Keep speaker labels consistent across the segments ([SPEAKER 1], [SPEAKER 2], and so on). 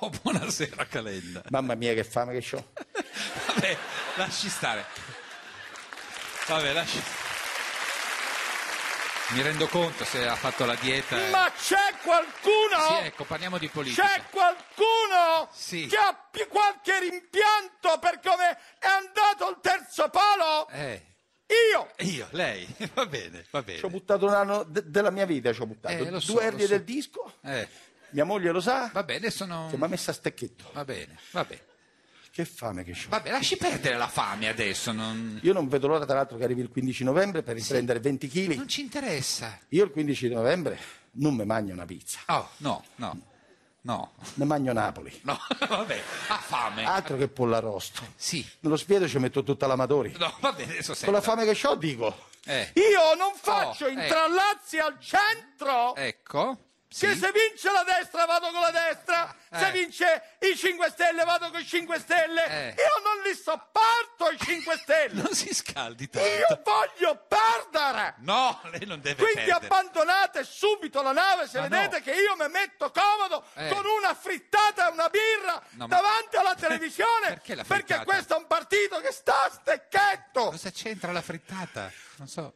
[SPEAKER 1] Oh, buonasera Calenda.
[SPEAKER 2] Mamma mia che fame che ho.
[SPEAKER 1] Vabbè, lasci stare. Vabbè, lasci Mi rendo conto se ha fatto la dieta. eh.
[SPEAKER 2] Ma c'è qualcuno?
[SPEAKER 1] Sì, ecco, parliamo di politica.
[SPEAKER 2] C'è qualcuno
[SPEAKER 1] Sì.
[SPEAKER 2] che ha pi- qualche rimpianto per come è andato il terzo palo?
[SPEAKER 1] Eh,
[SPEAKER 2] Io
[SPEAKER 1] io, lei. Va bene, va bene.
[SPEAKER 2] ci ho buttato un anno de- della mia vita, ci ho buttato
[SPEAKER 1] Eh, lo so,
[SPEAKER 2] due
[SPEAKER 1] lo
[SPEAKER 2] ernie
[SPEAKER 1] so.
[SPEAKER 2] del disco,
[SPEAKER 1] Eh,
[SPEAKER 2] mia moglie lo sa,
[SPEAKER 1] va bene, sono...
[SPEAKER 2] che mi ha messo a stecchetto.
[SPEAKER 1] Va bene, va bene.
[SPEAKER 2] Che fame che ho.
[SPEAKER 1] Vabbè, lasci perdere la fame adesso, non,
[SPEAKER 2] Io non vedo l'ora tra l'altro che arrivi il 15 novembre per riprendere 20 kg.
[SPEAKER 1] non ci interessa.
[SPEAKER 2] Io il 15 novembre non mi mangio una pizza,
[SPEAKER 1] Oh, no, no, no,
[SPEAKER 2] ne mangio Napoli.
[SPEAKER 1] no, vabbè, ha fame.
[SPEAKER 2] Altro che pollarosto.
[SPEAKER 1] Sì,
[SPEAKER 2] Nello spiedo ci metto tutta l'amatori.
[SPEAKER 1] no, va bene, adesso
[SPEAKER 2] Con la
[SPEAKER 1] sento.
[SPEAKER 2] fame che ho dico.
[SPEAKER 1] Eh.
[SPEAKER 2] Io non faccio
[SPEAKER 1] Oh, eh.
[SPEAKER 2] intrallazzi al centro.
[SPEAKER 1] Ecco, sì,
[SPEAKER 2] Che se vince la destra vado con la destra, se
[SPEAKER 1] Eh.
[SPEAKER 2] vince i 5 Stelle vado con i 5 Stelle.
[SPEAKER 1] Eh.
[SPEAKER 2] Io non li sopporto i 5 Stelle.
[SPEAKER 1] non si scaldi
[SPEAKER 2] Io
[SPEAKER 1] tanto.
[SPEAKER 2] voglio perdere.
[SPEAKER 1] No, lei non deve
[SPEAKER 2] Quindi
[SPEAKER 1] perdere.
[SPEAKER 2] abbandonate subito la nave se
[SPEAKER 1] Ma
[SPEAKER 2] vedete
[SPEAKER 1] no.
[SPEAKER 2] che io mi metto comodo
[SPEAKER 1] Eh.
[SPEAKER 2] con una frittata e una birra
[SPEAKER 1] No, ma-
[SPEAKER 2] davanti alla televisione
[SPEAKER 1] Perché la frittata?
[SPEAKER 2] questo è un partito che sta a stecchetto.
[SPEAKER 1] Cosa c'entra la frittata? Non so.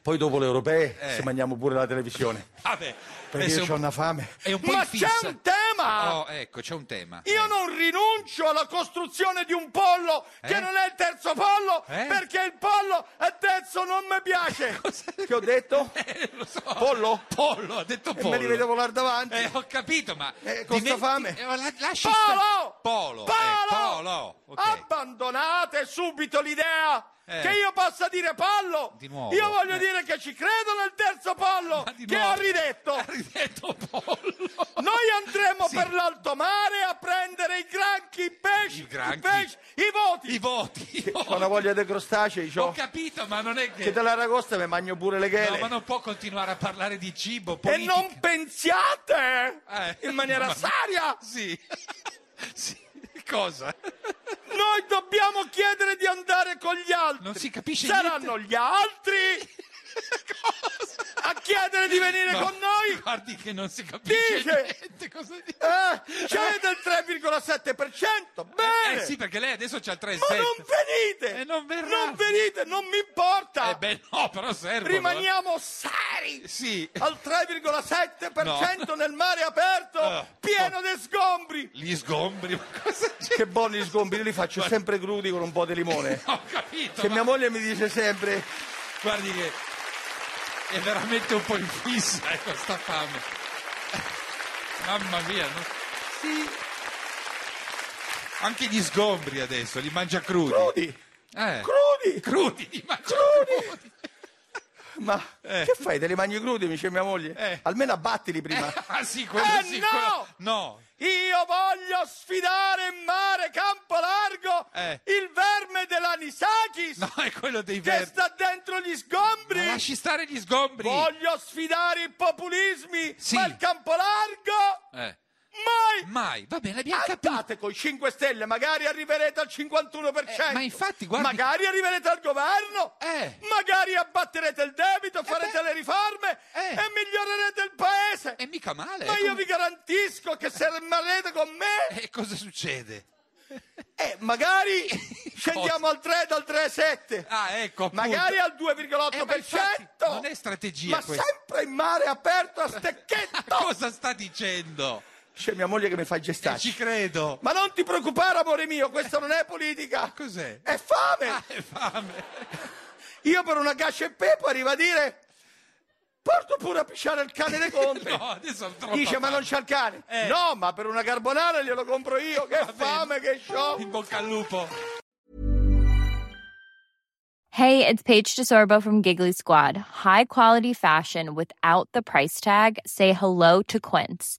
[SPEAKER 2] Poi dopo le europee
[SPEAKER 1] Eh.
[SPEAKER 2] se mangiamo pure la televisione.
[SPEAKER 1] Vabbè,
[SPEAKER 2] Perché
[SPEAKER 1] adesso
[SPEAKER 2] io ho una fame.
[SPEAKER 1] è un po'
[SPEAKER 2] Ma
[SPEAKER 1] in fissa.
[SPEAKER 2] c'è un tema!
[SPEAKER 1] Oh, ecco, c'è un tema.
[SPEAKER 2] Io
[SPEAKER 1] Eh,
[SPEAKER 2] non rinuncio alla costruzione di un pollo che
[SPEAKER 1] Eh?
[SPEAKER 2] non è il terzo pollo
[SPEAKER 1] Eh?
[SPEAKER 2] perché il pollo è terzo non mi piace. che ho detto?
[SPEAKER 1] Eh, lo so.
[SPEAKER 2] Pollo?
[SPEAKER 1] Pollo, ha detto
[SPEAKER 2] E
[SPEAKER 1] pollo.
[SPEAKER 2] me li vedo volare davanti.
[SPEAKER 1] Eh, ho capito, ma...
[SPEAKER 2] Eh, con sta
[SPEAKER 1] dimenti-
[SPEAKER 2] fame.
[SPEAKER 1] eh, la- lasci
[SPEAKER 2] Polo!
[SPEAKER 1] sta- Polo! eh,
[SPEAKER 2] Polo!
[SPEAKER 1] polo! ok.
[SPEAKER 2] Abbandonate subito l'idea
[SPEAKER 1] Eh.
[SPEAKER 2] che io possa dire pollo.
[SPEAKER 1] Di nuovo.
[SPEAKER 2] Io voglio
[SPEAKER 1] Eh.
[SPEAKER 2] dire che ci credo nel terzo pollo
[SPEAKER 1] Ma di
[SPEAKER 2] che
[SPEAKER 1] nuovo. Eh.
[SPEAKER 2] ha ridetto.
[SPEAKER 1] Ha ridetto pollo!
[SPEAKER 2] Noi andremo
[SPEAKER 1] Sì.
[SPEAKER 2] per l'alto mare a prendere i granchi, i pesci,
[SPEAKER 1] I granchi.
[SPEAKER 2] i, pesci, i voti.
[SPEAKER 1] I voti! i voti.
[SPEAKER 2] Ho una voglia dei crostacei, c'ho.
[SPEAKER 1] Ho capito, ma non è che...
[SPEAKER 2] che dall'aragosta mi mangio pure le chele.
[SPEAKER 1] No, ma non può continuare a parlare di cibo,
[SPEAKER 2] E
[SPEAKER 1] politica.
[SPEAKER 2] non pensiate
[SPEAKER 1] Eh.
[SPEAKER 2] in maniera
[SPEAKER 1] Ma-
[SPEAKER 2] seria.
[SPEAKER 1] Sì. sì. Cosa?
[SPEAKER 2] Noi dobbiamo chiedere di andare con gli altri.
[SPEAKER 1] Non si capisce
[SPEAKER 2] Saranno gli altri a chiedere di venire
[SPEAKER 1] No,
[SPEAKER 2] con noi.
[SPEAKER 1] Guardi che non si capisce
[SPEAKER 2] Dice-
[SPEAKER 1] niente cosa dice.
[SPEAKER 2] Eh, c'è del 3,7%. Bene.
[SPEAKER 1] Eh sì, perché lei adesso c'ha il 3,7.
[SPEAKER 2] Ma non venite.
[SPEAKER 1] Eh, non verrà.
[SPEAKER 2] Non venite, non mi importa.
[SPEAKER 1] Eh beh, no, però serve.
[SPEAKER 2] Rimaniamo seri.
[SPEAKER 1] Sì.
[SPEAKER 2] Al 3,7% nel mare aperto,
[SPEAKER 1] Ah.
[SPEAKER 2] pieno di sgombri.
[SPEAKER 1] Gli sgombri, ma cosa c'è?
[SPEAKER 2] Che buoni gli sgombri, io li faccio sempre crudi con un po' di limone.
[SPEAKER 1] Ho capito.
[SPEAKER 2] Che
[SPEAKER 1] ma
[SPEAKER 2] mia moglie mi dice sempre,
[SPEAKER 1] Guardi che è veramente un po' in fissa eh, questa fame. Mamma mia. no? Sì. Anche gli sgombri adesso, li mangia crudi.
[SPEAKER 2] crudi,
[SPEAKER 1] Eh.
[SPEAKER 2] crudi,
[SPEAKER 1] Crudi, li mangia
[SPEAKER 2] Crudi.
[SPEAKER 1] crudi.
[SPEAKER 2] ma
[SPEAKER 1] Eh.
[SPEAKER 2] che fai, te li mangi crudi, mi dice mia moglie?
[SPEAKER 1] Eh.
[SPEAKER 2] Almeno abbattili prima.
[SPEAKER 1] Ah sì, quello
[SPEAKER 2] Eh,
[SPEAKER 1] sì.
[SPEAKER 2] no!
[SPEAKER 1] quello- No.
[SPEAKER 2] Io voglio sfidare in mare, campo largo,
[SPEAKER 1] Eh.
[SPEAKER 2] il verme dell'Anisakis
[SPEAKER 1] No, è quello dei
[SPEAKER 2] che
[SPEAKER 1] verdi.
[SPEAKER 2] sta dentro gli
[SPEAKER 1] Ma
[SPEAKER 2] sgombri.
[SPEAKER 1] lasci stare gli sgombri.
[SPEAKER 2] Voglio sfidare i populismi,
[SPEAKER 1] Sì.
[SPEAKER 2] ma il campo largo
[SPEAKER 1] Eh,
[SPEAKER 2] mai.
[SPEAKER 1] Mai, va bene, abbiamo capito.
[SPEAKER 2] Andate con i 5 Stelle, magari arriverete al 51%.
[SPEAKER 1] Eh, ma infatti, guardi-
[SPEAKER 2] Magari arriverete al governo.
[SPEAKER 1] Eh.
[SPEAKER 2] Magari abbatterete il debito, farete
[SPEAKER 1] beh.
[SPEAKER 2] le riforme
[SPEAKER 1] Eh.
[SPEAKER 2] e migliorerete il paese.
[SPEAKER 1] E mica male.
[SPEAKER 2] ma
[SPEAKER 1] eh,
[SPEAKER 2] io
[SPEAKER 1] com-
[SPEAKER 2] vi garantisco che se rimarrete con me,
[SPEAKER 1] E cosa succede?
[SPEAKER 2] eh, magari scendiamo al 3 dal 3,7.
[SPEAKER 1] Ah, ecco, appunto.
[SPEAKER 2] Magari al 2,8%.
[SPEAKER 1] Eh, ma infatti, non è strategia
[SPEAKER 2] Ma
[SPEAKER 1] questa.
[SPEAKER 2] sempre in mare aperto a stecchetto. fatto?
[SPEAKER 1] Cosa sta dicendo?
[SPEAKER 2] C'è mia moglie che mi fa i
[SPEAKER 1] E ci
[SPEAKER 2] gestacci.
[SPEAKER 1] credo.
[SPEAKER 2] Ma non ti preoccupare, amore mio, questa non è politica.
[SPEAKER 1] Cos'è?
[SPEAKER 2] È fame.
[SPEAKER 1] Ah, è fame.
[SPEAKER 2] Io per una gascia e pepo arrivo a dire porto pure a pisciare il cane dei conti.
[SPEAKER 1] No, adesso ho troppo
[SPEAKER 2] Dice ma non c'ha il cane.
[SPEAKER 1] Eh.
[SPEAKER 2] No, ma per una carbonara glielo compro io. Che fame, che show.
[SPEAKER 1] In bocca al lupo.
[SPEAKER 3] Hey, it's Paige DeSorbo from Giggly Squad. High quality fashion without the price tag. Say hello to Quince.